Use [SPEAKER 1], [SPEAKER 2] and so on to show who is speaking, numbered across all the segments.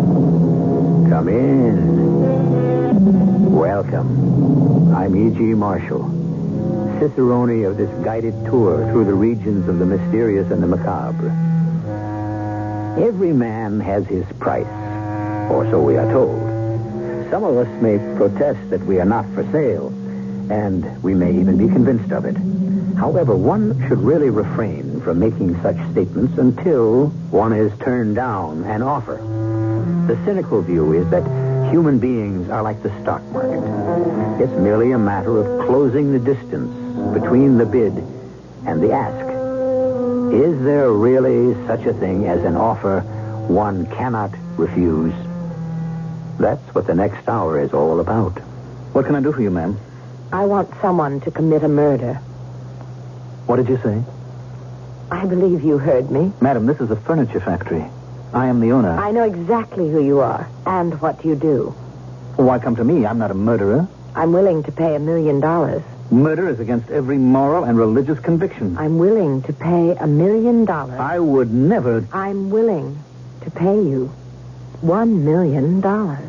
[SPEAKER 1] Come in. Welcome. I'm E.G. Marshall, cicerone of this guided tour through the regions of the mysterious and the macabre. Every man has his price, or so we are told. Some of us may protest that we are not for sale, and we may even be convinced of it. However, one should really refrain from making such statements until one is turned down an offer. The cynical view is that human beings are like the stock market. It's merely a matter of closing the distance between the bid and the ask. Is there really such a thing as an offer one cannot refuse? That's what the next hour is all about. What can I do for you, ma'am?
[SPEAKER 2] I want someone to commit a murder.
[SPEAKER 1] What did you say?
[SPEAKER 2] I believe you heard me.
[SPEAKER 1] Madam, this is a furniture factory. I am the owner.
[SPEAKER 2] I know exactly who you are and what you do.
[SPEAKER 1] Why come to me? I'm not a murderer.
[SPEAKER 2] I'm willing to pay a million dollars.
[SPEAKER 1] Murder is against every moral and religious conviction.
[SPEAKER 2] I'm willing to pay a million dollars.
[SPEAKER 1] I would never.
[SPEAKER 2] I'm willing to pay you one million dollars.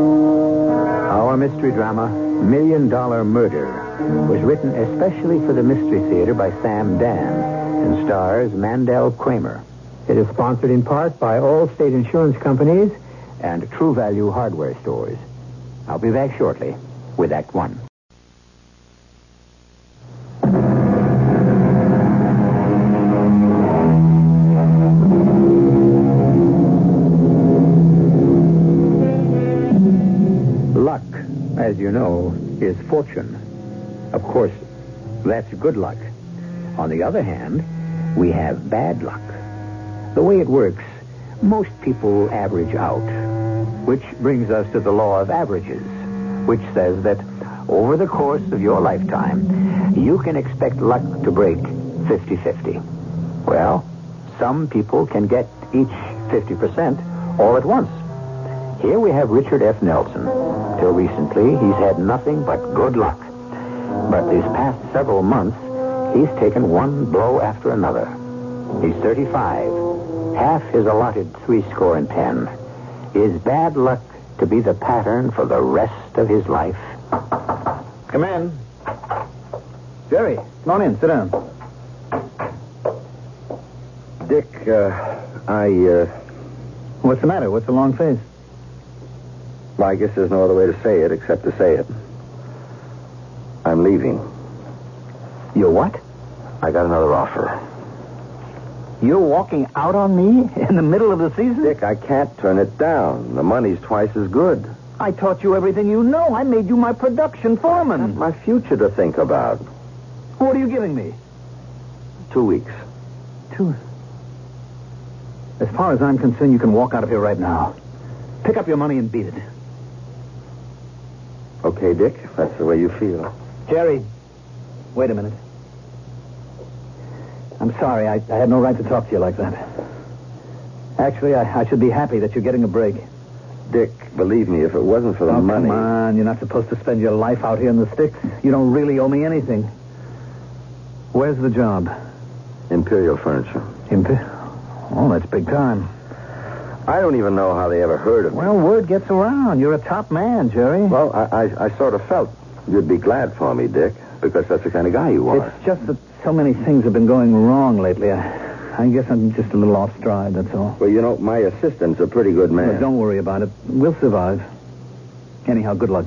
[SPEAKER 1] Our mystery drama, Million Dollar Murder, was written especially for the Mystery Theater by Sam Dan and stars Mandel Kramer. It is sponsored in part by all state insurance companies and True Value hardware stores. I'll be back shortly with Act One. Luck, as you know, is fortune. Of course, that's good luck. On the other hand, we have bad luck. The way it works, most people average out, which brings us to the law of averages, which says that over the course of your lifetime, you can expect luck to break 50 50. Well, some people can get each 50% all at once. Here we have Richard F. Nelson. Till recently, he's had nothing but good luck. But these past several months, he's taken one blow after another. He's 35, half his allotted three score and ten. Is bad luck to be the pattern for the rest of his life? Come in. Jerry, come on in. Sit down. Dick, uh, I, uh... What's the matter? What's the long face? Well, I guess there's no other way to say it except to say it. I'm leaving. You what? I got another offer. You're walking out on me in the middle of the season? Dick, I can't turn it down. The money's twice as good. I taught you everything you know. I made you my production foreman. my future to think about. What are you giving me? Two weeks. Two. As far as I'm concerned, you can walk out of here right now. Pick up your money and beat it. Okay, Dick, if that's the way you feel. Jerry, wait a minute. I'm sorry. I, I had no right to talk to you like that. Actually, I, I should be happy that you're getting a break. Dick, believe me, if it wasn't for the money. Come on, you're not supposed to spend your life out here in the sticks. You don't really owe me anything. Where's the job? Imperial Furniture. Imperial? Oh, that's big time. I don't even know how they ever heard of well, me. Well, word gets around. You're a top man, Jerry. Well, I, I, I sort of felt you'd be glad for me, Dick, because that's the kind of guy you are. It's just that so many things have been going wrong lately. I, I guess I'm just a little off stride, that's all. Well, you know, my assistant's a pretty good man. don't worry about it. We'll survive. Anyhow, good luck.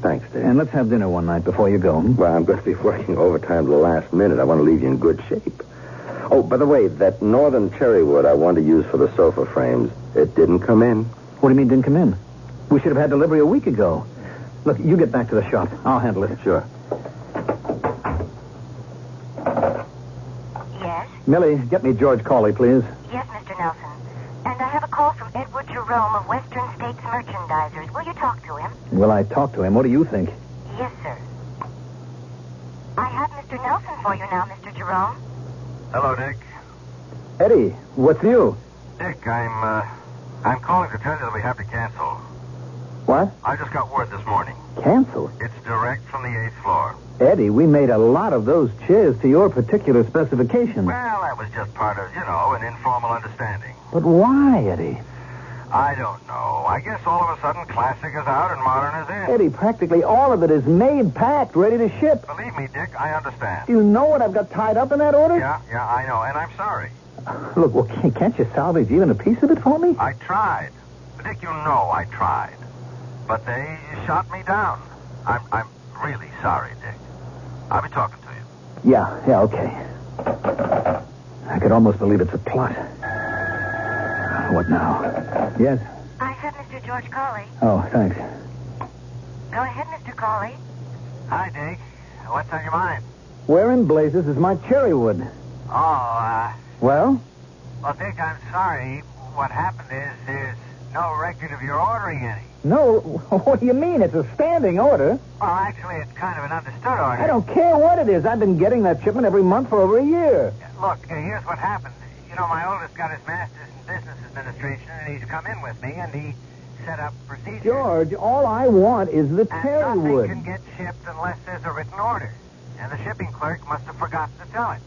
[SPEAKER 1] Thanks, Dick. And let's have dinner one night before you go. Well, I'm going to be working overtime to the last minute. I want to leave you in good shape. Oh, by the way, that northern cherry wood I wanted to use for the sofa frames, it didn't come in. What do you mean didn't come in? We should have had delivery a week ago. Look, you get back to the shop. I'll handle it. Sure.
[SPEAKER 2] Yes?
[SPEAKER 1] Millie, get me George Cawley, please.
[SPEAKER 3] Yes, Mr. Nelson. And I have a call from Edward Jerome of Western States Merchandisers. Will you talk to him?
[SPEAKER 1] Will I talk to him? What do you think?
[SPEAKER 3] Yes, sir. I have Mr. Nelson for you now, Mr. Jerome.
[SPEAKER 4] Hello, Dick.
[SPEAKER 1] Eddie, what's new?
[SPEAKER 4] Dick, I'm uh, I'm calling to tell you that we have to cancel.
[SPEAKER 1] What?
[SPEAKER 4] I just got word this morning.
[SPEAKER 1] Cancel?
[SPEAKER 4] It's direct from the eighth floor.
[SPEAKER 1] Eddie, we made a lot of those chairs to your particular specification.
[SPEAKER 4] Well, that was just part of you know an informal understanding.
[SPEAKER 1] But why, Eddie?
[SPEAKER 4] I don't know. I guess all of a sudden classic is out and modern is in.
[SPEAKER 1] Eddie, practically all of it is made, packed, ready to ship.
[SPEAKER 4] Believe me, Dick, I understand.
[SPEAKER 1] Do you know what I've got tied up in that order?
[SPEAKER 4] Yeah, yeah, I know, and I'm sorry.
[SPEAKER 1] Look, well, can't- can't you salvage even a piece of it for me?
[SPEAKER 4] I tried. Dick, you know I tried. But they shot me down. I'm, I'm really sorry, Dick. I'll be talking to you.
[SPEAKER 1] Yeah, yeah, okay. I could almost believe it's a plot. What now? Yes?
[SPEAKER 3] I have Mr. George Cawley.
[SPEAKER 1] Oh, thanks.
[SPEAKER 3] Go ahead, Mr. Cawley.
[SPEAKER 4] Hi, Dick. What's on your mind?
[SPEAKER 1] Where in blazes is my cherry wood?
[SPEAKER 4] Oh, uh,
[SPEAKER 1] Well?
[SPEAKER 4] well, Dick, I'm sorry. What happened is there's no record of your ordering any.
[SPEAKER 1] No, what do you mean? It's a standing order.
[SPEAKER 4] Well, actually, it's kind of an understood order.
[SPEAKER 1] I don't care what it is. I've been getting that shipment every month for over a year.
[SPEAKER 4] Look, uh, here's what happened. You know, my oldest got his master's in business administration, and he's come in with me, and he set up procedures.
[SPEAKER 1] George, all I want is the
[SPEAKER 4] And
[SPEAKER 1] cherry
[SPEAKER 4] nothing
[SPEAKER 1] wood.
[SPEAKER 4] can get shipped unless there's a written order. And the shipping clerk must have forgotten to tell him.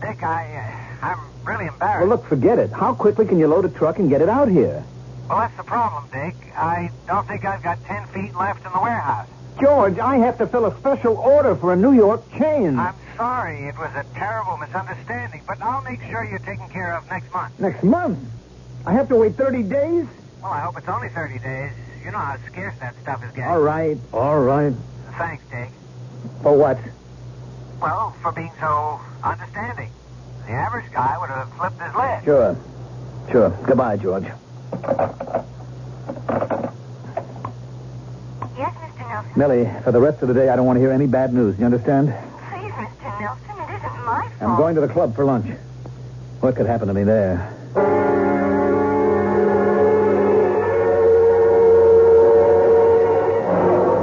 [SPEAKER 4] Dick, I, uh, I'm really embarrassed.
[SPEAKER 1] Well, look, forget it. How quickly can you load a truck and get it out here?
[SPEAKER 4] Well, that's the problem, Dick. I don't think I've got ten feet left in the warehouse.
[SPEAKER 1] George, I have to fill a special order for a New York chain.
[SPEAKER 4] I'm sorry. It was a terrible misunderstanding, but I'll make sure you're taken care of next month.
[SPEAKER 1] Next month. I have to wait 30 days?
[SPEAKER 4] Well, I hope it's only 30 days. You know how scarce that stuff is getting.
[SPEAKER 1] All right, all right.
[SPEAKER 4] Thanks, Dick.
[SPEAKER 1] For what?
[SPEAKER 4] Well, for being so understanding. The average guy would have flipped his lid.
[SPEAKER 1] Sure. Sure. Goodbye, George.
[SPEAKER 3] Yes, Mr. Nelson.
[SPEAKER 1] Millie, for the rest of the day, I don't want to hear any bad news. You understand?
[SPEAKER 3] Please, Mr. Nelson, it isn't my fault.
[SPEAKER 1] I'm going to the club for lunch. What could happen to me there?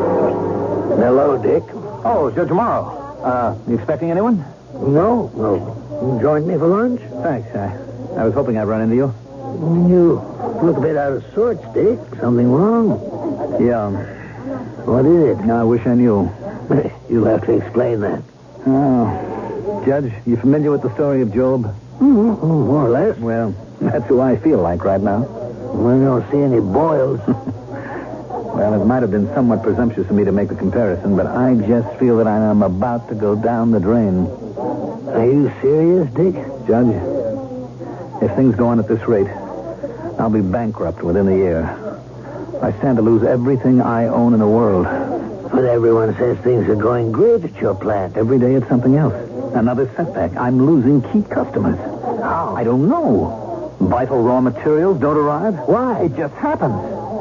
[SPEAKER 1] Hello, Dick. Oh, so tomorrow. Uh, you expecting anyone? No, no. You joined me for lunch? Thanks. I, I was hoping I'd run into you. You look a bit out of sorts, Dick. Something wrong? Yeah. What is it? I wish I knew. You'll have to explain that. Oh. Judge, you familiar with the story of Job? Mm-hmm. More or less. Well, that's who I feel like right now. We don't see any boils. well, it might have been somewhat presumptuous of me to make the comparison, but I just feel that I am about to go down the drain. Are you serious, Dick? Judge, if things go on at this rate, I'll be bankrupt within the year. I stand to lose everything I own in the world. But everyone says things are going great at your plant. Every day it's something else. Another setback. I'm losing key customers. How? I don't know. Vital raw materials don't arrive. Why? It just happens.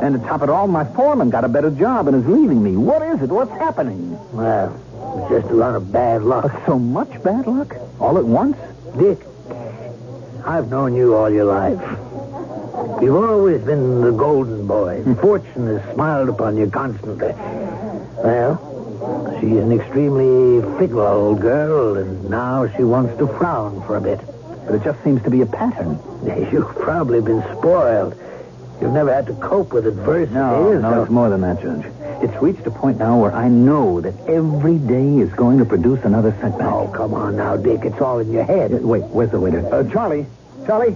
[SPEAKER 1] And to top it all, my foreman got a better job and is leaving me. What is it? What's happening? Well, it's just a lot of bad luck. So much bad luck? All at once? Dick, I've known you all your life. You've always been the golden boy. Fortune has smiled upon you constantly. Well, she's an extremely fickle old girl, and now she wants to frown for a bit. But it just seems to be a pattern. You've probably been spoiled. You've never had to cope with adversity. No, no, it's more than that, Judge. It's reached a point now where I know that every day is going to produce another setback. Oh, come on now, Dick. It's all in your head. wait, where's the waiter? Uh, Charlie. Charlie,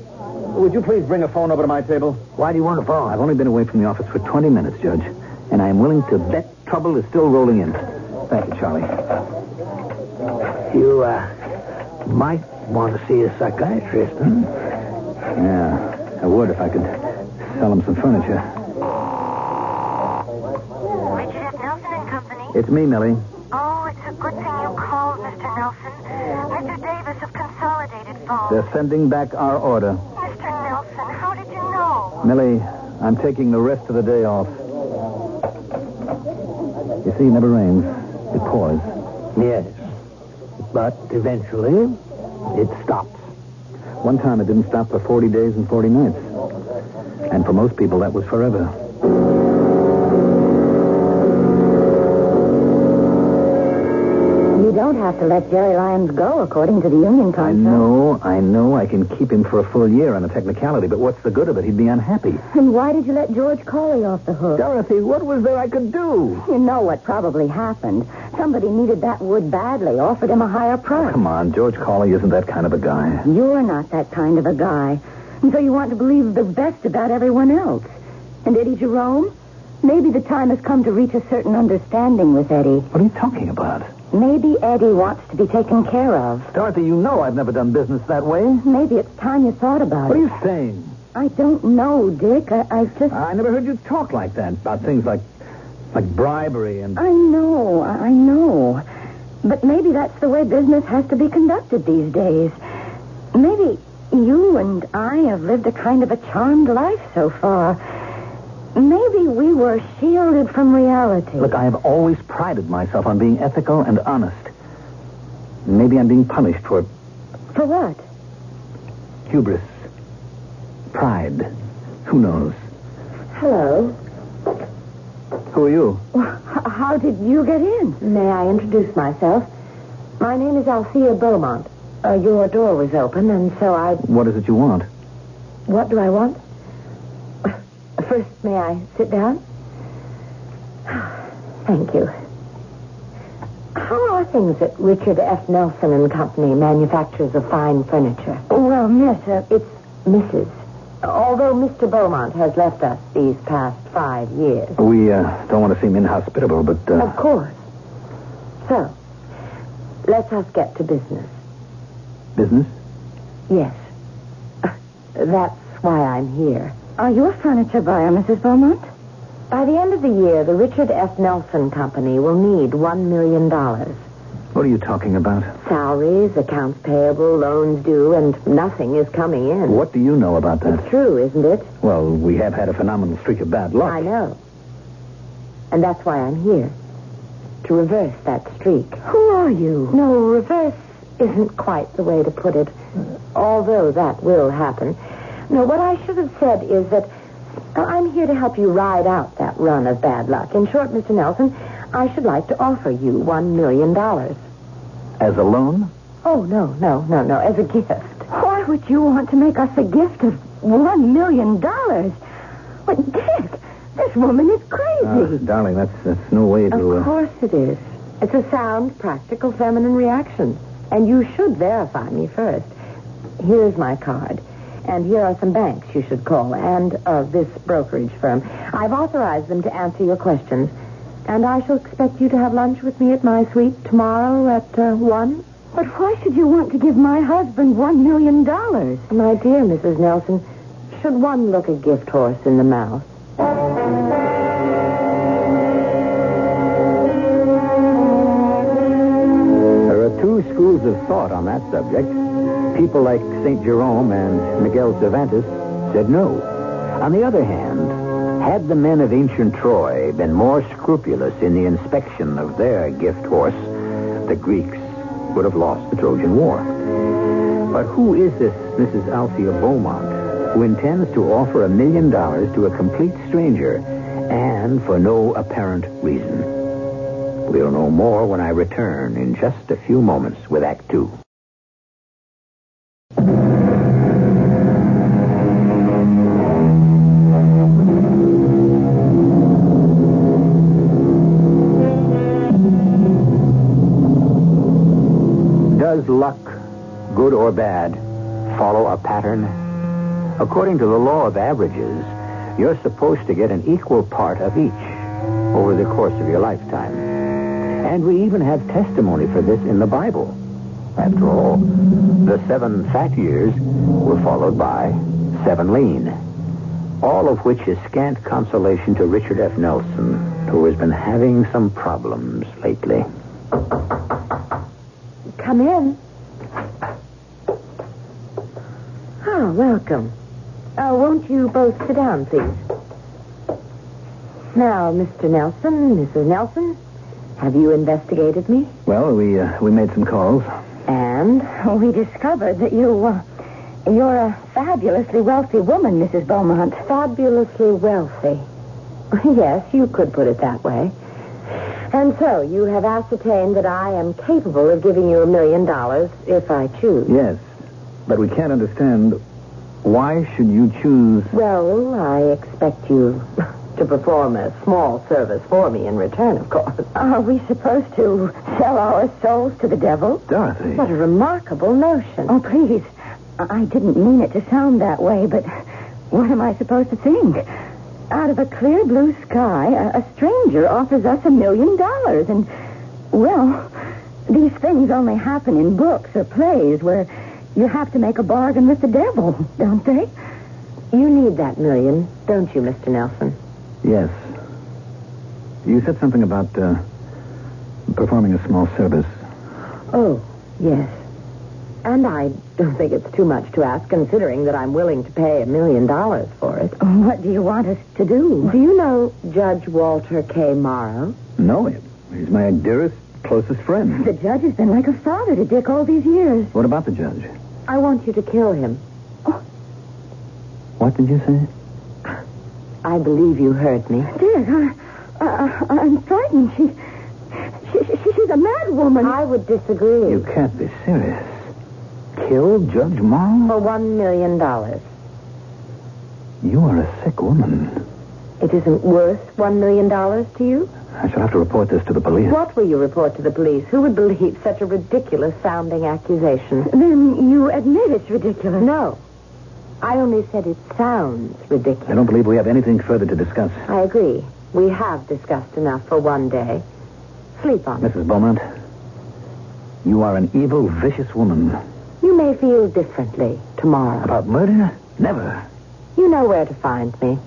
[SPEAKER 1] would you please bring a phone over to my table? Why do you want a phone? I've only been away from the office for 20 minutes, Judge, and I'm willing to bet trouble is still rolling in. Thank you, Charlie. You, uh, might want to see a psychiatrist, hmm? Yeah, I would if I could sell him some furniture.
[SPEAKER 3] Richard F. Nelson and Company.
[SPEAKER 1] It's me, Millie.
[SPEAKER 3] Oh, it's a good thing you called, Mr. Nelson. Mr. Davis of Consolidated Falls.
[SPEAKER 1] They're sending back our order.
[SPEAKER 3] Mr. Nelson, how did you know?
[SPEAKER 1] Millie, I'm taking the rest of the day off. You see, it never rains. It pours. Yes. But eventually, it stops. One time it didn't stop for 40 days and 40 nights. And for most people, that was forever.
[SPEAKER 2] You don't have to let Jerry Lyons go, according to the union
[SPEAKER 1] I
[SPEAKER 2] contract.
[SPEAKER 1] know, I know I can keep him for a full year on a technicality, but what's the good of it? He'd be unhappy.
[SPEAKER 2] And why did you let George Corley off the hook?
[SPEAKER 1] Dorothy, what was there I could do?
[SPEAKER 2] You know what probably happened. Somebody needed that wood badly, offered him a higher price.
[SPEAKER 1] Oh, Come on, George Cawley isn't that kind of a guy.
[SPEAKER 2] You're not that kind of a guy. And so you want to believe the best about everyone else. And Eddie Jerome? Maybe the time has come to reach a certain understanding with Eddie.
[SPEAKER 1] What are you talking about?
[SPEAKER 2] Maybe Eddie wants to be taken care of.
[SPEAKER 1] Dorothy, you know I've never done business that way.
[SPEAKER 2] Maybe it's time you thought about
[SPEAKER 1] What are
[SPEAKER 2] it.
[SPEAKER 1] you saying?
[SPEAKER 2] I don't know, Dick. I, I just.
[SPEAKER 1] I never heard you talk like that about things like like bribery and
[SPEAKER 2] I know, I I know. But maybe that's the way business has to be conducted these days. Maybe you and I have lived a kind of a charmed life so far. Maybe we were shielded from reality.
[SPEAKER 1] Look, I have always prided myself on being ethical and honest. Maybe I'm being punished for
[SPEAKER 2] For what?
[SPEAKER 1] hubris, pride. Who knows?
[SPEAKER 2] Hello.
[SPEAKER 1] Who are you?
[SPEAKER 2] How did you get in? May I introduce myself? My name is Althea Beaumont. Uh, your door was open, and so I
[SPEAKER 1] What is it you want?
[SPEAKER 2] What do I want? First, may I sit down? Thank you. How are things at Richard F. Nelson and Company, manufacturers of fine furniture? Well, miss, uh, it's Mrs. Although Mr. Beaumont has left us these past five years.
[SPEAKER 1] We uh, don't want to seem inhospitable, but uh,
[SPEAKER 2] Of course. So, let us get to business.
[SPEAKER 1] business?
[SPEAKER 2] Yes. That's why I'm here. Are you a furniture buyer, Mrs. Beaumont? By the end of the year, the Richard F. Nelson Company will need $1 million.
[SPEAKER 1] What are you talking about?
[SPEAKER 2] Salaries, accounts payable, loans due, and nothing is coming in.
[SPEAKER 1] What do you know about that?
[SPEAKER 2] It's true, isn't it?
[SPEAKER 1] Well, we have had a phenomenal streak of bad luck.
[SPEAKER 2] I know. And that's why I'm here. To reverse that streak. Who are you? No, reverse isn't quite the way to put it. Although that will happen. No, what I should have said is that I'm here to help you ride out that run of bad luck. In short, Mr. Nelson, I should like to offer you one million dollars.
[SPEAKER 1] As a loan?
[SPEAKER 2] Oh, no, no, no, no, as a gift. Why would you want to make us a gift of one million dollars? Well, Dick, this woman is crazy.
[SPEAKER 1] darling, that's, that's no way to.
[SPEAKER 2] Of
[SPEAKER 1] Uh,
[SPEAKER 2] course it is. It's a sound, practical feminine reaction. And you should verify me first. Here's my card. And here are some banks you should call and uh, this brokerage firm. I've authorized them to answer your questions. And I shall expect you to have lunch with me at my suite tomorrow at uh, 1. But why should you want to give my husband $1 million? My dear Mrs. Nelson, should one look a gift horse in the mouth?
[SPEAKER 1] there are two schools of thought on that subject. People like St. Jerome and Miguel Cervantes said no. On the other hand, had the men of ancient Troy been more scrupulous in the inspection of their gift horse, the Greeks would have lost the Trojan War. But who is this Mrs. Althea Beaumont who intends to offer a million dollars to a complete stranger and for no apparent reason? We'll know more when I return in just a few moments with Act Two. Does luck, good or bad, follow a pattern? According to the law of averages, you're supposed to get an equal part of each over the course of your lifetime. And we even have testimony for this in the Bible. After all, the seven fat years were followed by seven lean. All of which is scant consolation to Richard F. Nelson, who has been having some problems lately.
[SPEAKER 2] Come in. Ah, welcome. Uh, won't you both sit down, please? Now, Mr. Nelson, Mrs. Nelson, have you investigated me?
[SPEAKER 1] Well, we uh, we made some calls.
[SPEAKER 2] And we discovered that you, uh,
[SPEAKER 5] You're a fabulously wealthy woman, Mrs. Beaumont.
[SPEAKER 2] Fabulously wealthy. Yes, you could put it that way. And so you have ascertained that I am capable of giving you a million dollars if I choose.
[SPEAKER 1] Yes, but we can't understand why should you choose...
[SPEAKER 2] Well, I expect you to perform a small service for me in return, of course.
[SPEAKER 5] Are we supposed to sell our souls to the devil?
[SPEAKER 1] Dorothy.
[SPEAKER 2] What a remarkable notion.
[SPEAKER 5] Oh, please. I I didn't mean it to sound that way, but what am I supposed to think? Out of a clear blue sky, a, a stranger offers us a million dollars, and, well, these things only happen in books or plays where you have to make a bargain with the devil, don't they?
[SPEAKER 2] You need that million, don't you, Mr. Nelson?
[SPEAKER 1] Yes. You said something about uh, performing a small service.
[SPEAKER 2] Oh, yes. And I don't think it's too much to ask, considering that I'm willing to pay a million dollars for it.
[SPEAKER 5] Oh, What do you want us to do?
[SPEAKER 2] Do you know Judge Walter K. Morrow?
[SPEAKER 1] No, it. He's my dearest, closest friend.
[SPEAKER 5] The judge has been like a father to Dick all these years.
[SPEAKER 1] What about the judge?
[SPEAKER 2] I want you to kill him.
[SPEAKER 1] What did you say?
[SPEAKER 2] I believe you heard me.
[SPEAKER 5] Dick, I, I, I'm frightened. She, she, she, she's a mad woman.
[SPEAKER 2] I would disagree.
[SPEAKER 1] You can't be serious. Kill Judge Morrow?
[SPEAKER 2] For one million dollars.
[SPEAKER 1] You are a sick woman.
[SPEAKER 2] It isn't worth one million dollars to you?
[SPEAKER 1] I shall have to report this to the police.
[SPEAKER 2] What will you report to the police? Who would believe such a ridiculous sounding accusation?
[SPEAKER 5] Then you admit it's ridiculous.
[SPEAKER 2] No. I only said it sounds
[SPEAKER 1] I
[SPEAKER 2] ridiculous.
[SPEAKER 1] don't believe we have anything further to discuss.
[SPEAKER 2] I agree. We have discussed enough for one day. Sleep on it.
[SPEAKER 1] Mrs. Beaumont, you are an evil, vicious woman.
[SPEAKER 2] You may feel differently tomorrow.
[SPEAKER 1] About murder? Never.
[SPEAKER 2] You know where to find me.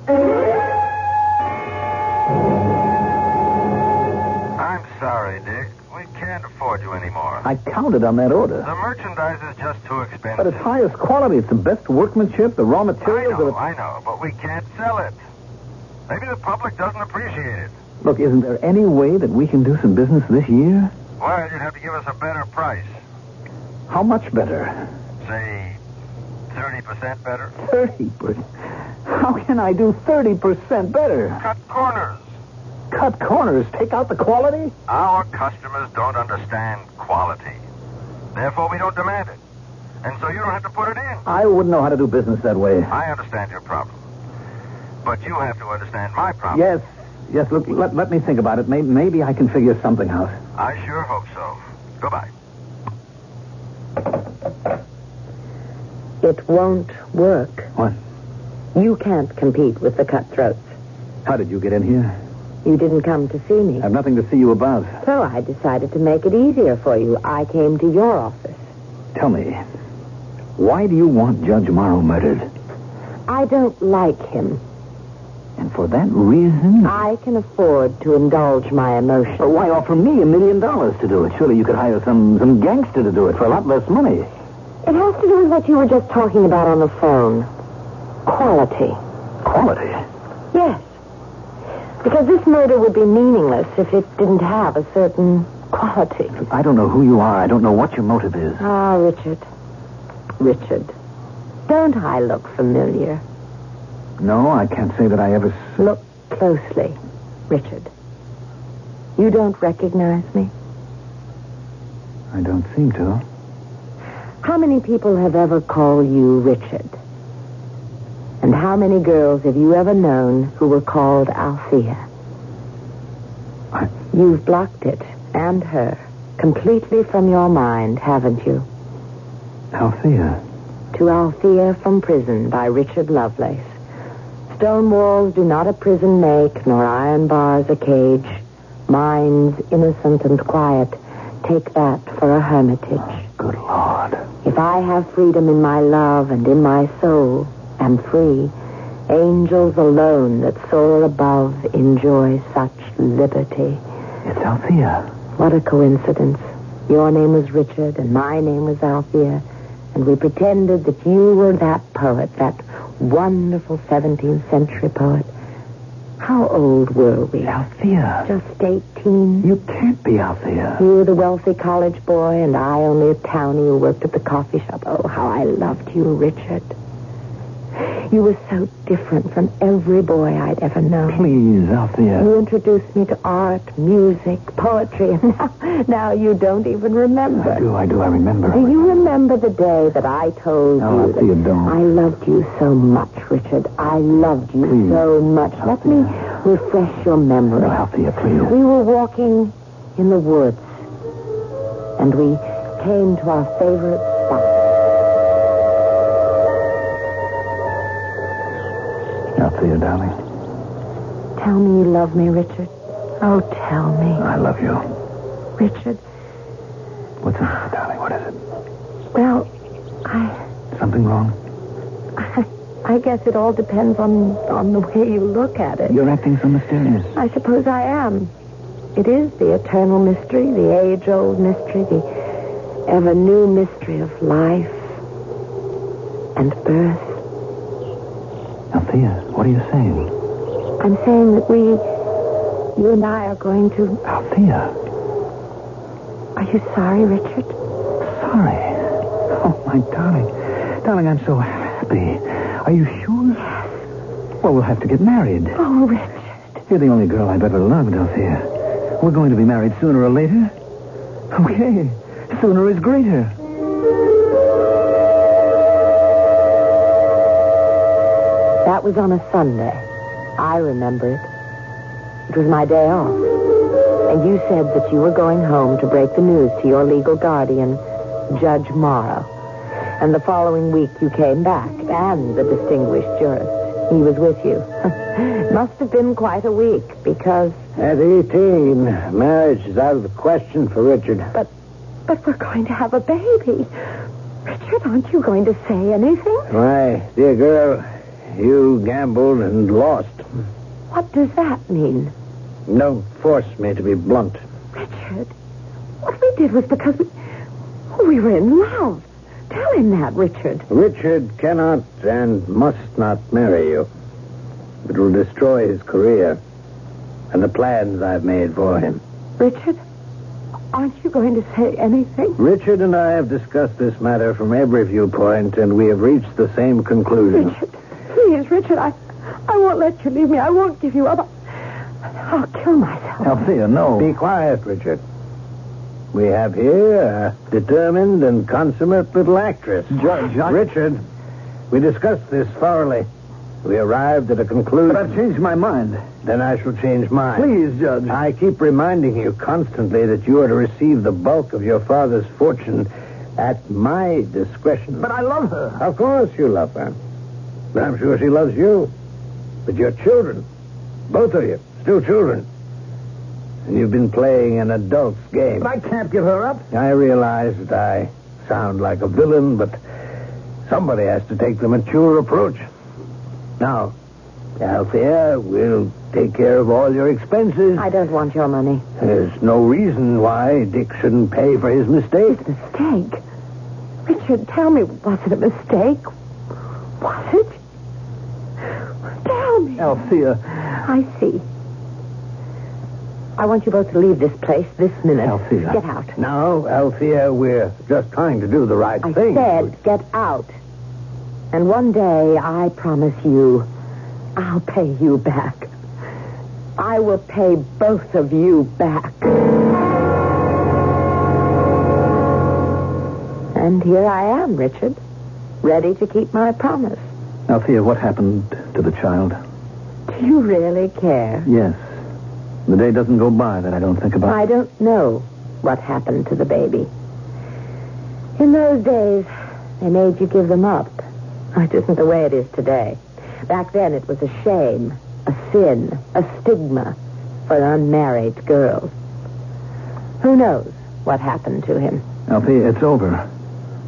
[SPEAKER 4] I'm sorry, Dick. We can't afford you anymore.
[SPEAKER 1] I counted on that order.
[SPEAKER 4] The merchandise is just too expensive.
[SPEAKER 1] But it's highest quality. It's the best workmanship, the raw
[SPEAKER 4] I
[SPEAKER 1] materials.
[SPEAKER 4] know,
[SPEAKER 1] Are
[SPEAKER 4] I know, but we can't sell it. Maybe the public doesn't appreciate it.
[SPEAKER 1] the... Look, isn't there any way that we can do some business this year?
[SPEAKER 4] Well, you'd have to give us a better price.
[SPEAKER 1] How much better?
[SPEAKER 4] Say, 30% better.
[SPEAKER 1] 30%. How can I do 30% better?
[SPEAKER 4] Cut corners.
[SPEAKER 1] Cut corners, take out the quality?
[SPEAKER 4] Our customers don't understand quality. Therefore, we don't demand it. And so you don't have to put it in.
[SPEAKER 1] I wouldn't know how to do business that way.
[SPEAKER 4] I understand your problem. But you have to understand my problem.
[SPEAKER 1] Yes, yes, look, let, let me think about it. May, maybe I can figure something out.
[SPEAKER 4] I sure hope so. Goodbye.
[SPEAKER 2] It won't work.
[SPEAKER 1] What?
[SPEAKER 2] You can't compete with the cutthroats.
[SPEAKER 1] How did you get in here?
[SPEAKER 2] You didn't come to see me.
[SPEAKER 1] I have nothing to see you about.
[SPEAKER 2] So I decided to make it easier for you. I came to your office.
[SPEAKER 1] Tell me, why do you want Judge Morrow murdered?
[SPEAKER 2] I don't like him.
[SPEAKER 1] And for that reason...
[SPEAKER 2] I can afford to indulge my
[SPEAKER 1] But
[SPEAKER 2] emotions.
[SPEAKER 1] why offer me a million dollars to do it? Surely you could hire some, some gangster to do it for a lot less money.
[SPEAKER 2] It has to do with what you were just talking about on the phone. Quality.
[SPEAKER 1] Quality.
[SPEAKER 2] Yes. Because this murder would be meaningless if it didn't have a certain quality.
[SPEAKER 1] I don't know who you are. I don't know what your motive is.
[SPEAKER 2] Ah, Richard. Richard. Don't I look familiar?
[SPEAKER 1] No, I can't say that I ever... s-
[SPEAKER 2] Look closely, Richard. You don't recognize me?
[SPEAKER 1] I don't seem to.
[SPEAKER 2] How many people have ever called you Richard? And how many girls have you ever known who were called Althea?
[SPEAKER 1] I...
[SPEAKER 2] You've blocked it and her completely from your mind, haven't you?
[SPEAKER 1] Althea.
[SPEAKER 2] To Althea from prison by Richard Lovelace. Stone walls do not a prison make, nor iron bars a cage. Minds innocent and quiet take that for a hermitage.
[SPEAKER 1] Good Lord.
[SPEAKER 2] If I have freedom in my love and in my soul, am free. Angels alone that soar above enjoy such liberty.
[SPEAKER 1] It's Althea.
[SPEAKER 2] What a coincidence. Your name was Richard and my name was Althea, and we pretended that you were that poet, that wonderful 17th century poet. How old were we?
[SPEAKER 1] Althea,
[SPEAKER 2] Just 18.
[SPEAKER 1] you can't be Althea.
[SPEAKER 2] You, the wealthy college boy, and I, only a townie who worked at the coffee shop. Oh, how I loved you, Richard. You were so different from every boy I'd ever known.
[SPEAKER 1] Please, Althea.
[SPEAKER 2] You introduced me to art, music, poetry, and now, now you don't even remember.
[SPEAKER 1] I do, I do, I remember.
[SPEAKER 2] Do you remember the day that I told
[SPEAKER 1] No,
[SPEAKER 2] you
[SPEAKER 1] I
[SPEAKER 2] that
[SPEAKER 1] see you don't.
[SPEAKER 2] I loved you so much, Richard? I loved you
[SPEAKER 1] Please.
[SPEAKER 2] so much. Let me refresh your memory.
[SPEAKER 1] Oh, Althea, please.
[SPEAKER 2] We were walking in the woods, and we came to our favorite spot.
[SPEAKER 1] Althea, darling,
[SPEAKER 2] Tell me you love me, Richard. Oh, tell me.
[SPEAKER 1] I love you.
[SPEAKER 2] Richard,
[SPEAKER 1] What's the matter, darling? What is it?
[SPEAKER 2] well, I,
[SPEAKER 1] Something wrong?
[SPEAKER 2] I, I guess it all depends on, on the way you look at it.
[SPEAKER 1] You're acting so mysterious.
[SPEAKER 2] I suppose I am. It is the eternal mystery, the age-old mystery, the ever-new mystery of life and birth.
[SPEAKER 1] Althea, what are you saying?
[SPEAKER 2] I'm saying that we, you and I, are going to.
[SPEAKER 1] Althea,
[SPEAKER 2] Are you sorry, Richard?
[SPEAKER 1] sorry. Oh, my darling. Darling, I'm so happy. Are you sure? Well, we'll have to get married.
[SPEAKER 2] Oh, Richard.
[SPEAKER 1] You're the only girl I've ever loved, Althea. We're going to be married sooner or later. Okay. Sooner is greater.
[SPEAKER 2] That was on a Sunday. I remember it. It was my day off. And you said that you were going home to break the news to your legal guardian, Judge Morrow. And the following week you came back, and the distinguished jurist. He was with you. Must have been quite a week, because.
[SPEAKER 1] At 18, marriage is out of the question for Richard.
[SPEAKER 2] But, but we're going to have a baby. Richard, aren't you going to say anything?
[SPEAKER 1] My dear girl, you gambled and lost.
[SPEAKER 2] What does that mean?
[SPEAKER 1] Don't force me to be blunt.
[SPEAKER 2] Richard, what we did was because we, we were in love. Tell him that, Richard.
[SPEAKER 1] Richard cannot and must not marry you. It will destroy his career and the plans I've made for him.
[SPEAKER 2] Richard, aren't you going to say anything?
[SPEAKER 1] Richard and I have discussed this matter from every viewpoint, and we have reached the same conclusion.
[SPEAKER 2] Richard, please, Richard, I, I won't let you leave me. I won't give you up. I'll kill myself.
[SPEAKER 1] Althea, no. Be quiet, Richard. We have here a determined and consummate little actress. Judge, Richard, we discussed this thoroughly. We arrived at a conclusion. But I've changed my mind. Then I shall change mine. Please, Judge. I keep reminding you constantly that you are to receive the bulk of your father's fortune at my discretion. But I love her. Of course you love her. But I'm sure she loves you. But your children, both of you, still children. And you've been playing an adult's game. But I can't give her up. I realize that I sound like a villain, but somebody has to take the mature approach. Now, Althea, we'll take care of all your expenses.
[SPEAKER 2] I don't want your money.
[SPEAKER 1] There's no reason why Dick shouldn't pay for his mistake.
[SPEAKER 2] Mistake? Richard, tell me, was it a mistake? Was it? Tell me.
[SPEAKER 1] Althea.
[SPEAKER 2] I see. I want you both to leave this place this minute.
[SPEAKER 1] Althea.
[SPEAKER 2] Get out.
[SPEAKER 1] Now, Althea, we're just trying to do the right
[SPEAKER 2] I
[SPEAKER 1] thing.
[SPEAKER 2] said get out. And one day, I promise you, I'll pay you back. I will pay both of you back. And here I am, Richard, ready to keep my promise.
[SPEAKER 1] Althea, what happened to the child?
[SPEAKER 2] Do you really care?
[SPEAKER 1] Yes. The day doesn't go by that I don't think about
[SPEAKER 2] I don't know what happened to the baby. In those days, they made you give them up. It isn't the way it is today. Back then, it was a shame, a sin, a stigma for unmarried girls. Who knows what happened to him?
[SPEAKER 1] Althea, it's over.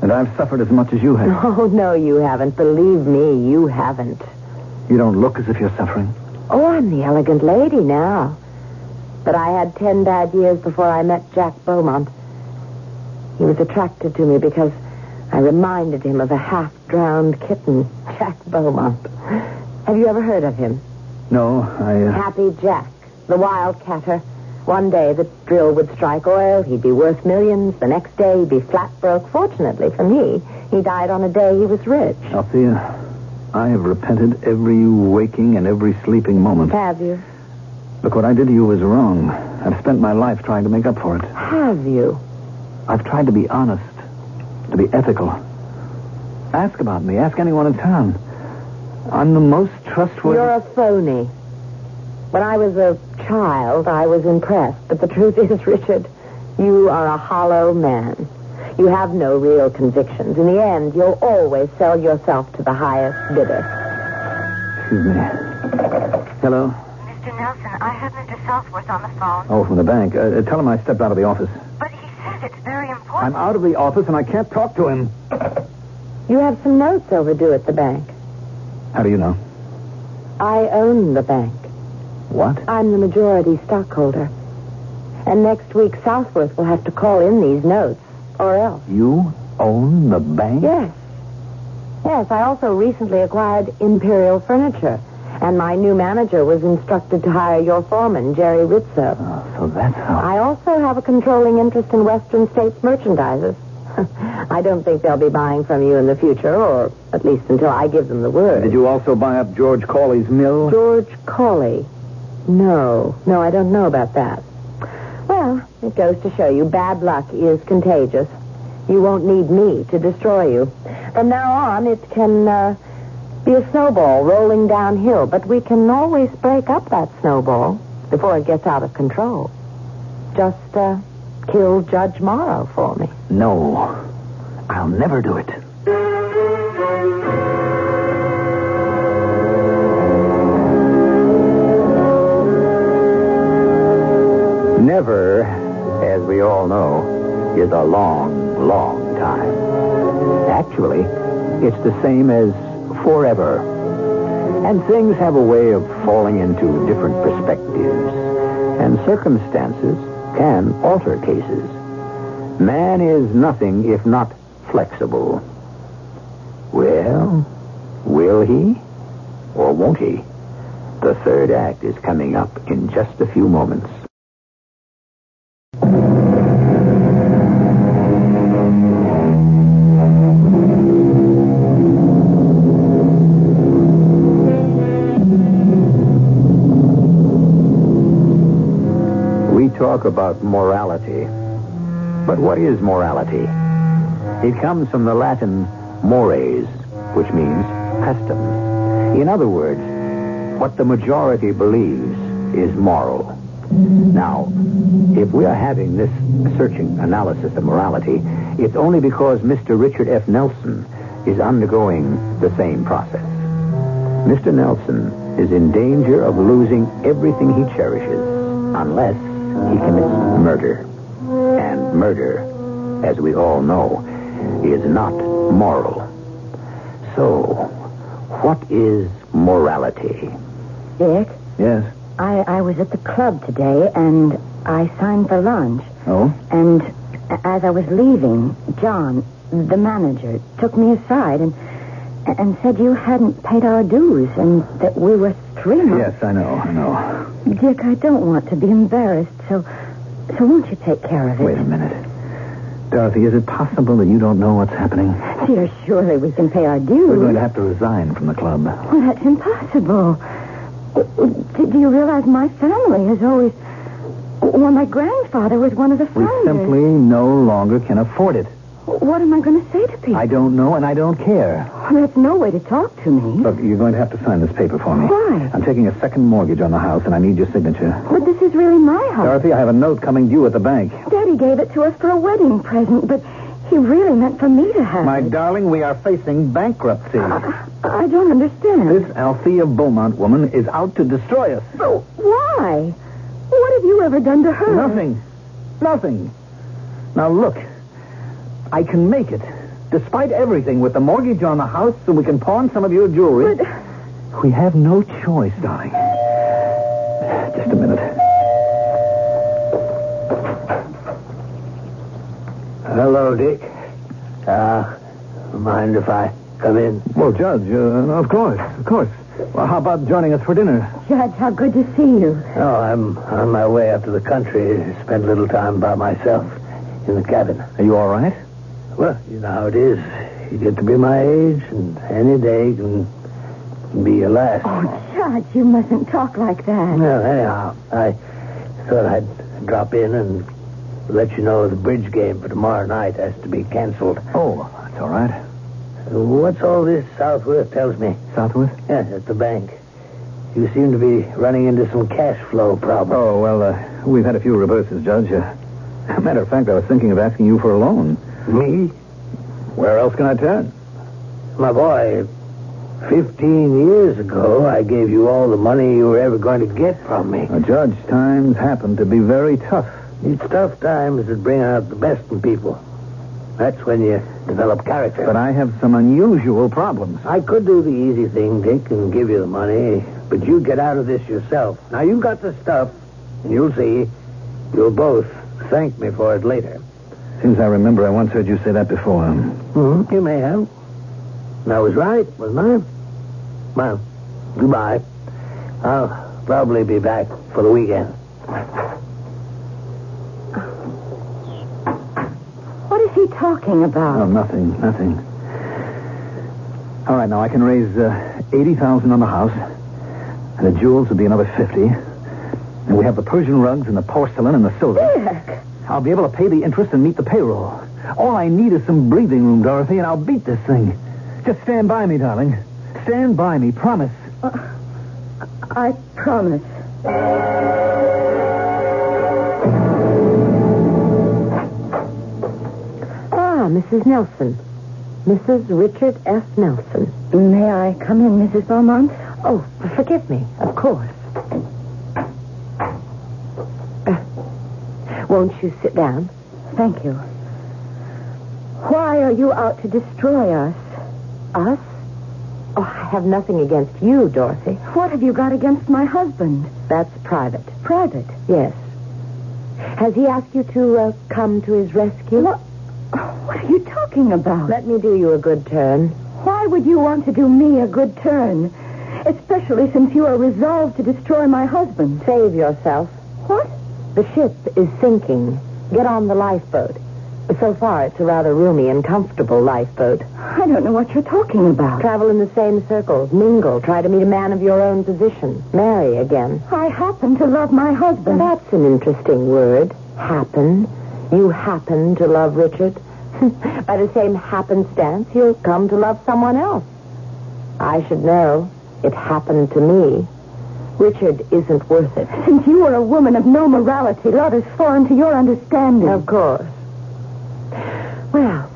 [SPEAKER 1] And I've suffered as much as you have.
[SPEAKER 2] Oh, no, you haven't. Believe me, you haven't.
[SPEAKER 1] You don't look as if you're suffering.
[SPEAKER 2] Oh, I'm the elegant lady now. But I had ten bad years before I met Jack Beaumont. He was attracted to me because I reminded him of a half drowned kitten, Jack Beaumont. Have you ever heard of him?
[SPEAKER 1] No, I. Uh...
[SPEAKER 2] Happy Jack, the wildcatter. One day the drill would strike oil, he'd be worth millions. The next day he'd be flat broke. Fortunately for me, he died on a day he was rich.
[SPEAKER 1] Althea, uh, I have repented every waking and every sleeping moment.
[SPEAKER 2] Have you?
[SPEAKER 1] Look, what I did to you was wrong. I've spent my life trying to make up for it.
[SPEAKER 2] Have you?
[SPEAKER 1] I've tried to be honest, to be ethical. Ask about me. Ask anyone in town. I'm the most trustworthy.
[SPEAKER 2] You're a phony. When I was a child, I was impressed. But the truth is, Richard, you are a hollow man. You have no real convictions. In the end, you'll always sell yourself to the highest bidder.
[SPEAKER 1] Excuse me. Hello?
[SPEAKER 3] Mr. Nelson, I have Mr. Southworth on the phone.
[SPEAKER 1] Oh, from the bank. Uh, tell him I stepped out of the office.
[SPEAKER 3] But he says it's very
[SPEAKER 1] I'm
[SPEAKER 3] important.
[SPEAKER 1] out of the office and I can't talk to him.
[SPEAKER 2] You have some notes overdue at the bank.
[SPEAKER 1] How do you know?
[SPEAKER 2] I own the bank.
[SPEAKER 1] What?
[SPEAKER 2] I'm the majority stockholder. And next week, Southworth will have to call in these notes, or else.
[SPEAKER 1] You own the bank?
[SPEAKER 2] Yes. Yes, I also recently acquired Imperial Furniture, and my new manager was instructed to hire your foreman, Jerry Rizzo.
[SPEAKER 1] Oh, so that's how.
[SPEAKER 2] I also have a controlling interest in Western States Merchandisers. I don't think they'll be buying from you in the future, or at least until I give them the word.
[SPEAKER 1] Did you also buy up George Cawley's mill?
[SPEAKER 2] George Colley. No, no, I don't know about that. Well, it goes to show you bad luck is contagious. You won't need me to destroy you. From now on, it can uh, be a snowball rolling downhill, but we can always break up that snowball before it gets out of control. Just uh, kill Judge Morrow for me.
[SPEAKER 1] No. I'll never do it. Never, as we all know, is a long, long time. Actually, it's the same as forever. And things have a way of falling into different perspectives. And circumstances can alter cases. Man is nothing if not flexible. Well, will he or won't he? The third act is coming up in just a few moments. We talk about morality. But what is morality? It comes from the Latin mores, which means customs. In other words, what the majority believes is moral. Now, if we are having this searching analysis of morality, it's only because Mr. Richard F. Nelson is undergoing the same process. Mr. Nelson is in danger of losing everything he cherishes unless he commits murder. And murder, as we all know, is not moral. So, what is morality?
[SPEAKER 5] Dick,
[SPEAKER 1] Yes.
[SPEAKER 5] I, I was at the club today and I signed for lunch.
[SPEAKER 1] Oh?
[SPEAKER 5] And a- as I was leaving, John, the manager, took me aside and and said you hadn't paid our dues and that we were three months.
[SPEAKER 1] Yes, I know, I know.
[SPEAKER 5] Dick, I don't want to be embarrassed, so so won't you take care of it?
[SPEAKER 1] Wait a minute. Dorothy, is it possible that you don't know what's happening?
[SPEAKER 5] Dear, surely we can pay our dues.
[SPEAKER 1] We're going to have to resign from the club.
[SPEAKER 5] Well, that's impossible. Do do you realize my family has always. Well, my grandfather was one of the
[SPEAKER 1] We
[SPEAKER 5] founders.
[SPEAKER 1] simply no longer can afford it.
[SPEAKER 5] What am I going to say to people?
[SPEAKER 1] I don't know and I don't care.
[SPEAKER 5] That's no way to talk to me.
[SPEAKER 1] Look, you're going to have to sign this paper for me.
[SPEAKER 5] Why?
[SPEAKER 1] I'm taking a second mortgage on the house and I need your signature.
[SPEAKER 5] But this is really my house.
[SPEAKER 1] Dorothy, I have a note coming due at the bank.
[SPEAKER 5] Daddy gave it to us for a wedding present, but he really meant for me to have
[SPEAKER 1] My
[SPEAKER 5] it.
[SPEAKER 1] darling, we are facing bankruptcy.
[SPEAKER 5] I don't understand.
[SPEAKER 1] This Althea Beaumont woman is out to destroy us.
[SPEAKER 5] Oh, why? What have you ever done to
[SPEAKER 2] Mm-hmm.
[SPEAKER 5] her?
[SPEAKER 1] Nothing. Nothing. Now look, I can make it. Despite everything, with the mortgage on the house, so we can pawn some of your jewelry.
[SPEAKER 5] But-
[SPEAKER 1] We have no choice, darling. Just a minute. Hello, Dick. Uh, mind if I Come in. Well, Judge, uh, of course, of course. Well, how about joining us for dinner?
[SPEAKER 5] Judge, how good to see you.
[SPEAKER 1] No, Oh, I'm on my way up to the country. Spend a little time by myself in the cabin. Are you all right? Well, you know how it is. You get to be my age, and any day can be your last.
[SPEAKER 5] Oh, Judge, you mustn't talk like that.
[SPEAKER 1] Mm, Well, anyhow, I thought I'd drop in and let you know the bridge game for tomorrow night has to be canceled. Oh, that's all right. What's all this Southworth tells me? Southworth? Yeah, at the bank. You seem to be running into some cash flow problems. Oh, well, uh, we've had a few reverses, Judge. Uh, matter of fact, I was thinking of asking you for a loan. Me? Where else can I turn? My boy, 15 years ago, I gave you all the money you were ever going to get from me. Judge, times happen to be very tough. It's tough times that bring out the best in people. That's when you develop character. But I have some unusual problems. I could do the easy thing, Dick, and give you the money, but you get out of this yourself. Now, you got the stuff, and you'll see. You'll both thank me for it later. Seems I remember I once heard you say that before. hmm You may have. And I was right, wasn't I? Well, goodbye. I'll probably be back for the weekend.
[SPEAKER 5] What is he talking about?
[SPEAKER 1] Oh, nothing, nothing. All right, now I can raise uh, eighty thousand on the house, and the jewels would be another fifty, and we have the Persian rugs and the porcelain and the silver.
[SPEAKER 5] Dick!
[SPEAKER 1] I'll be able to pay the interest and meet the payroll. All I need is some breathing room, Dorothy, and I'll beat this thing. Just stand by me, darling. Stand by me, promise.
[SPEAKER 5] I promise.
[SPEAKER 2] Ah, Mrs. Nelson. Mrs. Richard F. Nelson.
[SPEAKER 5] May I come in, Mrs. Beaumont?
[SPEAKER 2] Oh, forgive me, of course. Uh, won't you sit down?
[SPEAKER 5] Thank you. Why are you out to destroy us?
[SPEAKER 2] Us? Oh, I have nothing against you, Dorothy.
[SPEAKER 5] What have you got against my husband?
[SPEAKER 2] That's private.
[SPEAKER 5] Private.
[SPEAKER 2] Yes. Has he asked you to uh, come to his rescue?
[SPEAKER 5] What? Oh, What are you talking about?
[SPEAKER 2] Let me do you a good turn.
[SPEAKER 5] Why would you want to do me a good turn? Especially since you are resolved to destroy my husband.
[SPEAKER 2] Save yourself.
[SPEAKER 5] What?
[SPEAKER 2] The ship is sinking. Get on the lifeboat. So far, it's a rather roomy and comfortable lifeboat.
[SPEAKER 5] I don't know what you're talking about.
[SPEAKER 2] Travel in the same circles, mingle, try to meet a man of your own position, marry again.
[SPEAKER 5] I happen to love my husband.
[SPEAKER 2] That's an interesting word. Happen. You happen to love Richard. By the same happenstance, you'll come to love someone else. I should know. It happened to me. Richard isn't worth it.
[SPEAKER 5] Since you are a woman of no morality, love is foreign to your understanding.
[SPEAKER 2] Of course. Well,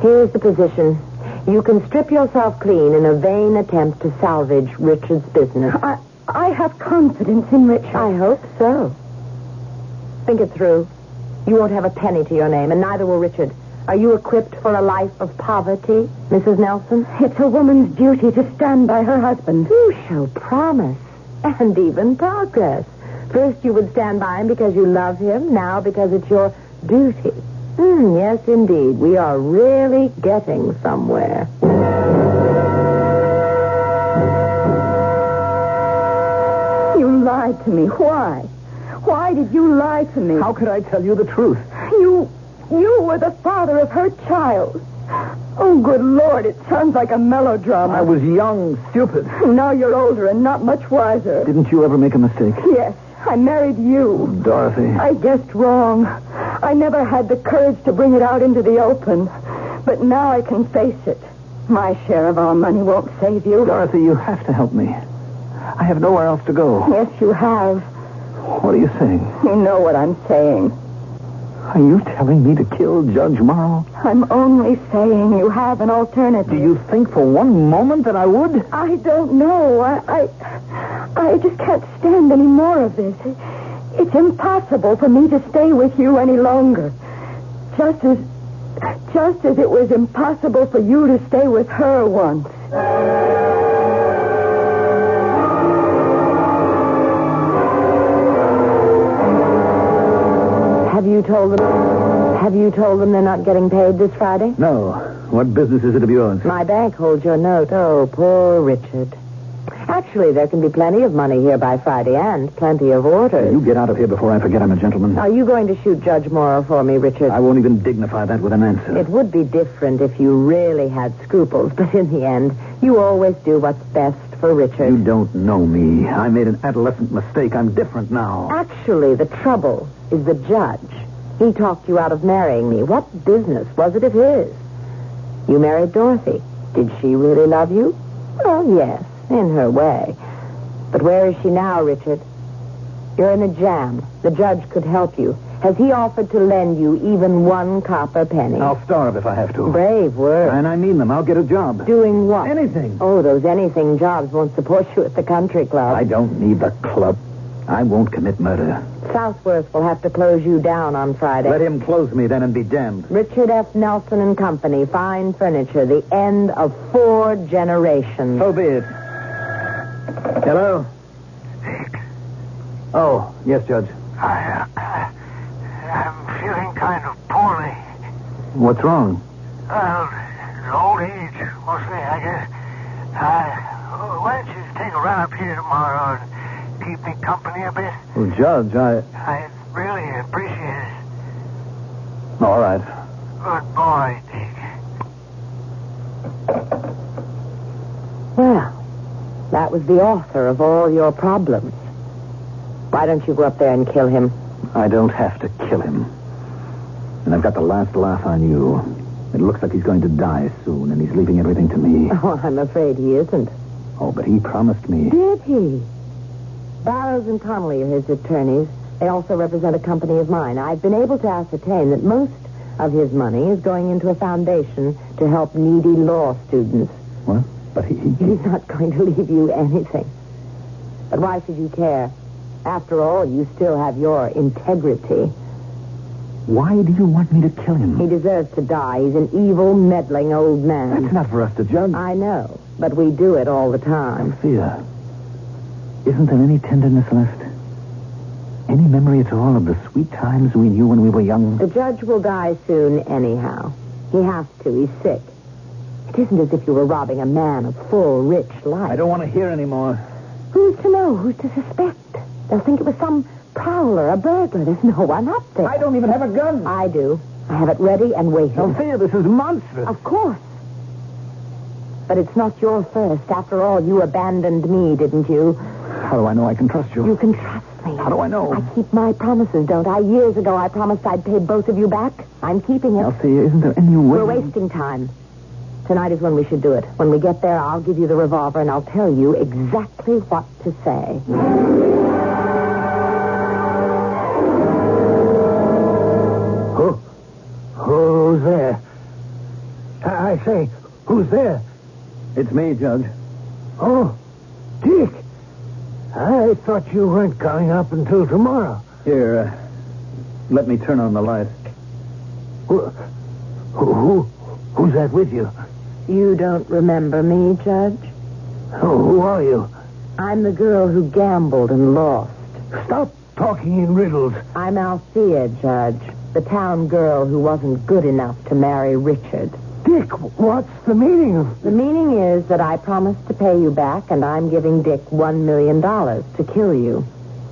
[SPEAKER 2] here's the position. You can strip yourself clean in a vain attempt to salvage Richard's business.
[SPEAKER 5] I, I have confidence in Richard.
[SPEAKER 2] I hope so. Think it through. You won't have a penny to your name, and neither will Richard. Are you equipped for a life of poverty, Mrs. Nelson?
[SPEAKER 5] It's a woman's duty to stand by her husband.
[SPEAKER 2] You show promise and even progress. First, you would stand by him because you love him. Now, because it's your duty. Hmm, yes, indeed. We are really getting somewhere.
[SPEAKER 5] You lied to me. Why? Why did you lie to me?
[SPEAKER 1] How could I tell you the truth?
[SPEAKER 5] You, you were the father of her child. Oh, good Lord, it sounds like a melodrama.
[SPEAKER 1] I was young, stupid.
[SPEAKER 5] Now you're older and not much wiser.
[SPEAKER 1] Didn't you ever make a mistake?
[SPEAKER 5] Yes, I married you.
[SPEAKER 1] Dorothy.
[SPEAKER 5] I guessed wrong. I never had the courage to bring it out into the open. But now I can face it. My share of our money won't save you.
[SPEAKER 1] Dorothy, you have to help me. I have nowhere else to go.
[SPEAKER 5] Yes, you have.
[SPEAKER 1] What are you saying?
[SPEAKER 5] You know what I'm saying.
[SPEAKER 1] Are you telling me to kill Judge Morrow?
[SPEAKER 5] I'm only saying you have an alternative.
[SPEAKER 1] Do you think for one moment that I would?
[SPEAKER 5] I don't know. I, I, I just can't stand any more of this. It's impossible for me to stay with you any longer. Just as, just as it was impossible for you to stay with her once.
[SPEAKER 2] Have you told them? Have you told them they're not getting paid this Friday?
[SPEAKER 1] No. What business is it of yours?
[SPEAKER 2] My bank holds your note. Oh, poor Richard. Actually, there can be plenty of money here by Friday and plenty of orders.
[SPEAKER 1] You get out of here before I forget I'm a gentleman.
[SPEAKER 2] Are you going to shoot Judge Morrow for me, Richard?
[SPEAKER 1] I won't even dignify that with an answer.
[SPEAKER 2] It would be different if you really had scruples, but in the end, you always do what's best for Richard.
[SPEAKER 1] You don't know me. I made an adolescent mistake. I'm different now.
[SPEAKER 2] Actually, the trouble is the judge. He talked you out of marrying me. What business was it of his? You married Dorothy. Did she really love you? Well, yes, in her way. But where is she now, Richard? You're in a jam. The judge could help you. Has he offered to lend you even one copper penny?
[SPEAKER 1] I'll starve if I have to.
[SPEAKER 2] Brave word.
[SPEAKER 1] And Oh. I mean them. I'll get a job.
[SPEAKER 2] Doing what?
[SPEAKER 1] Anything.
[SPEAKER 2] Oh, those anything jobs won't support you at the country club.
[SPEAKER 1] I don't need the club. I won't commit murder.
[SPEAKER 2] Southworth will have to close you down on Friday.
[SPEAKER 1] Let him close me then and be damned.
[SPEAKER 2] Richard F. Nelson and Company, fine furniture, the end of four generations.
[SPEAKER 1] So be it. Hello?
[SPEAKER 4] Dick,
[SPEAKER 1] Oh, yes, Judge.
[SPEAKER 4] I, uh, I'm feeling kind of poorly.
[SPEAKER 1] What's wrong?
[SPEAKER 4] Well, old age, mostly, I guess. I, why don't you take a run up here tomorrow and keep me company a bit?
[SPEAKER 1] Well, Judge, I.
[SPEAKER 4] I'd really appreciate it.
[SPEAKER 1] All right.
[SPEAKER 4] Good boy, Dick.
[SPEAKER 2] Well, that was the author of all your problems. Why don't you go up there and kill him?
[SPEAKER 1] I don't have to kill him. And I've got the last laugh on you. It looks like he's going to die soon, and he's leaving everything to me.
[SPEAKER 2] Oh, I'm afraid he isn't.
[SPEAKER 1] Oh, but he promised me.
[SPEAKER 2] Did he? Barrows and Connolly are his attorneys. They also represent a company of mine. I've been able to ascertain that most of his money is going into a foundation to help needy law students.
[SPEAKER 1] What? But he. he-
[SPEAKER 2] He's not going to leave you anything. But why should you care? After all, you still have your integrity.
[SPEAKER 1] Why do you want me to kill
[SPEAKER 2] He
[SPEAKER 1] him?
[SPEAKER 2] deserves to die. He's an evil, meddling old man.
[SPEAKER 1] That's not for us to judge.
[SPEAKER 2] I know, but we do it all the time.
[SPEAKER 1] Thea, isn't there any tenderness left? Any memory at all of the sweet times we knew when we were young?
[SPEAKER 2] The judge will die soon anyhow. He has to. He's sick. It isn't as if you were robbing a man of full, rich life.
[SPEAKER 1] want to hear anymore.
[SPEAKER 2] Who's to know? Who's to suspect? They'll think it was some prowler, a burglar. There's no one up there.
[SPEAKER 1] I don't even have a gun.
[SPEAKER 2] I do. I have it ready and waiting.
[SPEAKER 1] Althea, this is monstrous.
[SPEAKER 2] Of course. But it's not your first. After all, you abandoned me, didn't you?
[SPEAKER 1] How do I know I can trust you?
[SPEAKER 2] You can trust me.
[SPEAKER 1] How do I know?
[SPEAKER 2] I keep my promises, don't I? Years ago, I promised I'd pay both of you back. I'm keeping it.
[SPEAKER 1] Althea, isn't there any way?
[SPEAKER 2] We're wasting time. Tonight is when we should do it. When we get there, I'll give you the revolver and I'll tell you exactly what to say.
[SPEAKER 1] Who? Who's there? I, I say, who's there? It's me, Judge. Oh, Dick. I thought you weren't coming up until tomorrow. Here, uh, let me turn on the light. Who, who, who- who's that with you?
[SPEAKER 2] You don't remember me, Judge?
[SPEAKER 1] Who, who are you?
[SPEAKER 2] I'm the girl who gambled and lost.
[SPEAKER 1] Stop talking in riddles.
[SPEAKER 2] I'm Althea, Judge, the town girl who wasn't good enough to marry Richard.
[SPEAKER 1] Dick, what's the meaning of...
[SPEAKER 2] The meaning is that I promised to pay you back, and I'm giving Dick $1 million to kill you.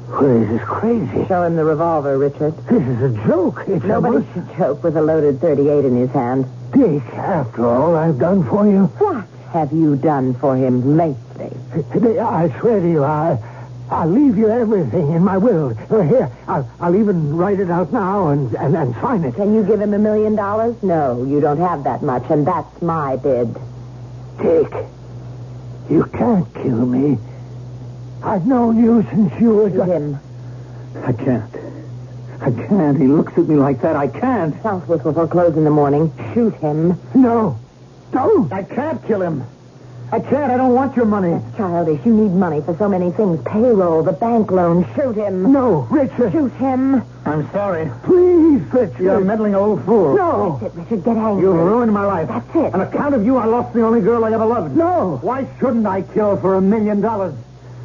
[SPEAKER 1] Well, this is crazy.
[SPEAKER 2] Show him the revolver, Richard.
[SPEAKER 1] This is a joke. It's
[SPEAKER 2] Nobody should joke with a loaded 38 in his hand.
[SPEAKER 1] Dick, after all I've done for you.
[SPEAKER 2] What have you done for him lately?
[SPEAKER 1] I swear to you, I, I'll leave you everything in my will. Uh, Here, I'll, I'll even write it out now and, and, and sign it.
[SPEAKER 2] Can you give him a million dollars? No, you don't have that much, and that's my bid.
[SPEAKER 1] Dick, you can't kill me. I've known you since you were...
[SPEAKER 2] Shoot him.
[SPEAKER 1] I can't. I can't. He looks at me like that. I can't.
[SPEAKER 2] Southwick will foreclose in the morning. Shoot him.
[SPEAKER 1] No. Don't. I can't kill him. I can't. I don't want your money.
[SPEAKER 2] Childish, you need money for so many things. Payroll, the bank loan. Shoot him.
[SPEAKER 1] No, Richard.
[SPEAKER 2] Shoot him.
[SPEAKER 1] I'm sorry. Please, Richard. You're a meddling old fool. No.
[SPEAKER 2] That's it, Richard. Get angry.
[SPEAKER 1] You've ruined my life.
[SPEAKER 2] That's it.
[SPEAKER 1] On account of you, I lost the only girl I ever loved. No. Why shouldn't I kill for a million dollars?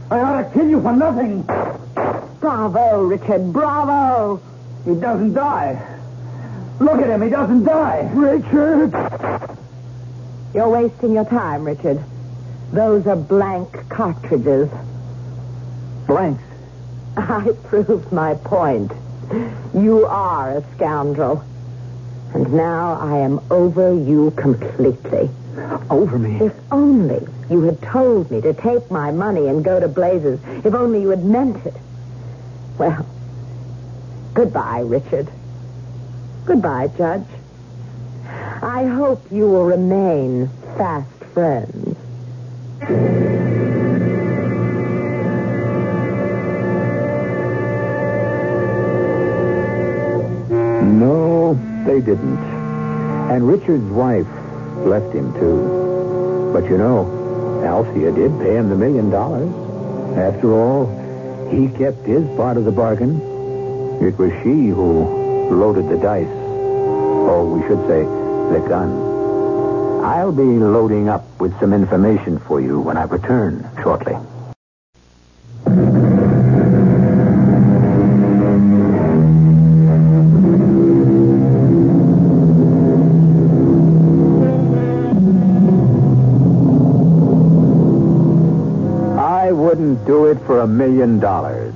[SPEAKER 1] I ought to kill you for nothing.
[SPEAKER 2] Bravo, Richard. Bravo.
[SPEAKER 1] He doesn't die. Look at him. He doesn't die. Richard.
[SPEAKER 2] You're wasting your time, Richard. Those are blank cartridges.
[SPEAKER 1] Blanks.
[SPEAKER 2] I proved my point. You are a scoundrel. And now I am over you completely.
[SPEAKER 1] Over me.
[SPEAKER 2] If only you had told me to take my money and go to blazes. If only you had meant it. Well, goodbye, Richard. Goodbye, Judge. I hope you will remain fast friends.
[SPEAKER 1] No, they didn't. And Richard's wife left him, too. But you know, Althea did pay him the million dollars. After all, he kept his part of the bargain. It was she who loaded the dice. Or we should say, the gun. I'll be loading up with some information for you when I return shortly. I wouldn't do it for a million dollars.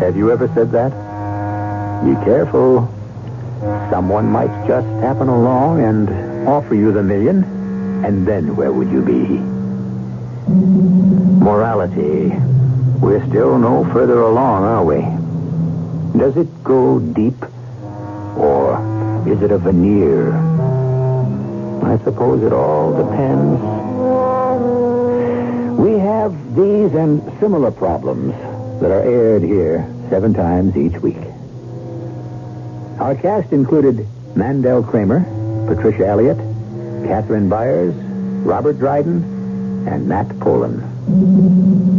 [SPEAKER 1] Have you ever said that? Be careful. Someone might just happen along and offer you the million, and then where would you be? Morality. We're still no further along, are we? Does it go deep? Or is it a veneer? I suppose it all depends. We have these and similar problems that are aired here seven times each week. Our cast included Mandel Kramer, Patricia Elliott, Catherine Byers, Robert Dryden, and Matt Polan.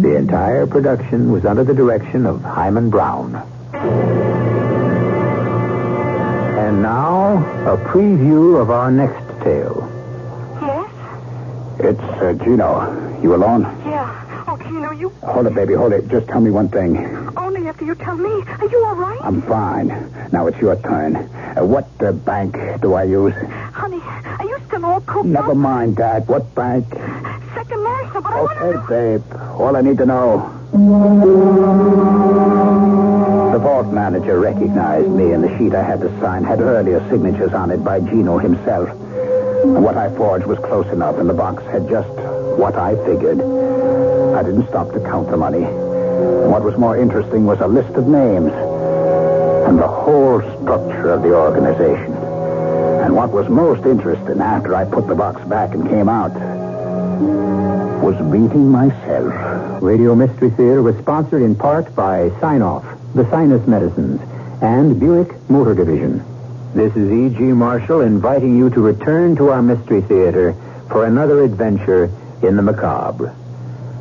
[SPEAKER 1] The entire production was under the direction of Hyman Brown. And now, a preview of our next tale.
[SPEAKER 3] Yes?
[SPEAKER 1] It's uh, Gino. You alone?
[SPEAKER 3] Yeah. Oh, Gino, you
[SPEAKER 1] Hold it, baby. Hold it. Just tell me one thing.
[SPEAKER 3] only after you tell me. Are you all right?
[SPEAKER 1] I'm fine. Now it's your turn. Uh, what uh, bank do I use?
[SPEAKER 3] Honey, are you still all cooped
[SPEAKER 1] Never Oh,
[SPEAKER 3] up?
[SPEAKER 1] mind that. What bank?
[SPEAKER 3] Second National, but I want to
[SPEAKER 1] Okay,
[SPEAKER 3] know.
[SPEAKER 1] babe. All I need to know. The vault manager recognized me, and the sheet I had to sign had earlier signatures on it by Gino himself. And what I forged was close enough, and the box had just what I figured. I didn't stop to count the money. And what was more interesting was a list of names and the whole structure of the organization. And what was most interesting after I put the box back and came out, was reading myself. Radio Mystery Theater was sponsored in part by Signoff, the Sinus Medicines, and Buick Motor Division. This is E.G. Marshall inviting you to return to our Mystery Theater for another adventure in the macabre.